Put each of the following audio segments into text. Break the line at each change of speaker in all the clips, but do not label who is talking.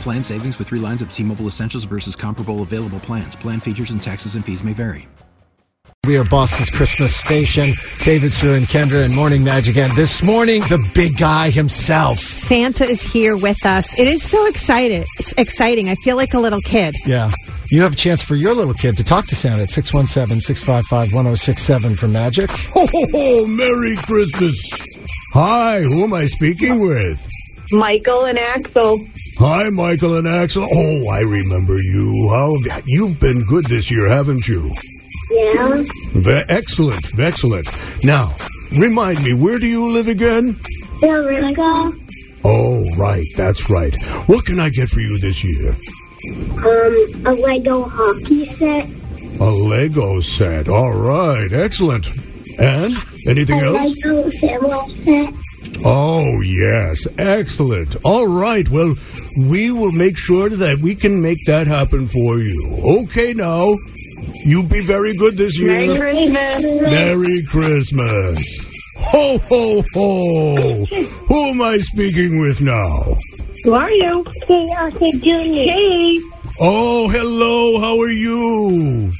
Plan savings with three lines of T Mobile Essentials versus comparable available plans. Plan features and taxes and fees may vary.
We are Boston's Christmas station. David, Sue, and Kendra, and Morning Magic. And this morning, the big guy himself.
Santa is here with us. It is so excited. It's exciting. I feel like a little kid.
Yeah. You have a chance for your little kid to talk to Santa at 617 655 1067 for Magic.
Ho, ho, ho, Merry Christmas. Hi, who am I speaking with?
Michael and Axel.
Hi, Michael and Axel. Oh, I remember you. How you've been good this year, haven't you?
Yeah.
Ve- excellent, excellent. Now, remind me, where do you live again?
Bill Renigal.
Oh, right, that's right. What can I get for you this year?
Um, a Lego hockey set.
A Lego set. All right, excellent. And anything
A
else?
Lego sandwich set.
Oh, yes. Excellent. All right. Well, we will make sure that we can make that happen for you. Okay, now. You be very good this year.
Merry Christmas.
Merry Christmas. Ho, ho, ho. Who am I speaking with now?
Who are you? Hey, Arthur Jr. Hey.
Oh, hello. How are you?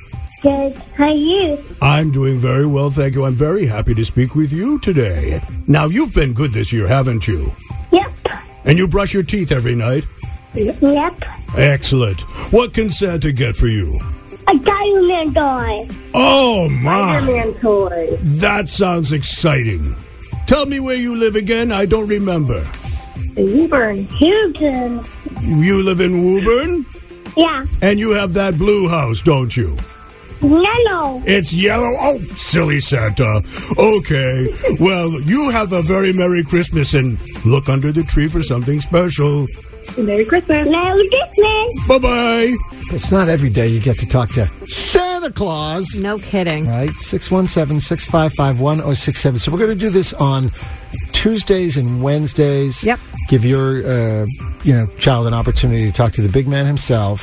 Good. How are you?
I'm doing very well, thank you. I'm very happy to speak with you today. Now, you've been good this year, haven't you?
Yep.
And you brush your teeth every night?
Yep.
Excellent. What can Santa get for you?
A Diamond Man toy.
Oh my!
Man toy.
That sounds exciting. Tell me where you live again. I don't remember.
Uber. Houston.
You live in Woburn,
Yeah.
and you have that blue house, don't you?
Yellow.
It's yellow. Oh, silly Santa. Okay. Well, you have a very merry Christmas, and look under the tree for something special.
Merry Christmas. Merry Christmas.
Bye bye.
It's not every day you get to talk to Santa Claus.
No kidding.
Right? 617 655 1067. So we're going to do this on Tuesdays and Wednesdays.
Yep.
Give your uh, you know child an opportunity to talk to the big man himself.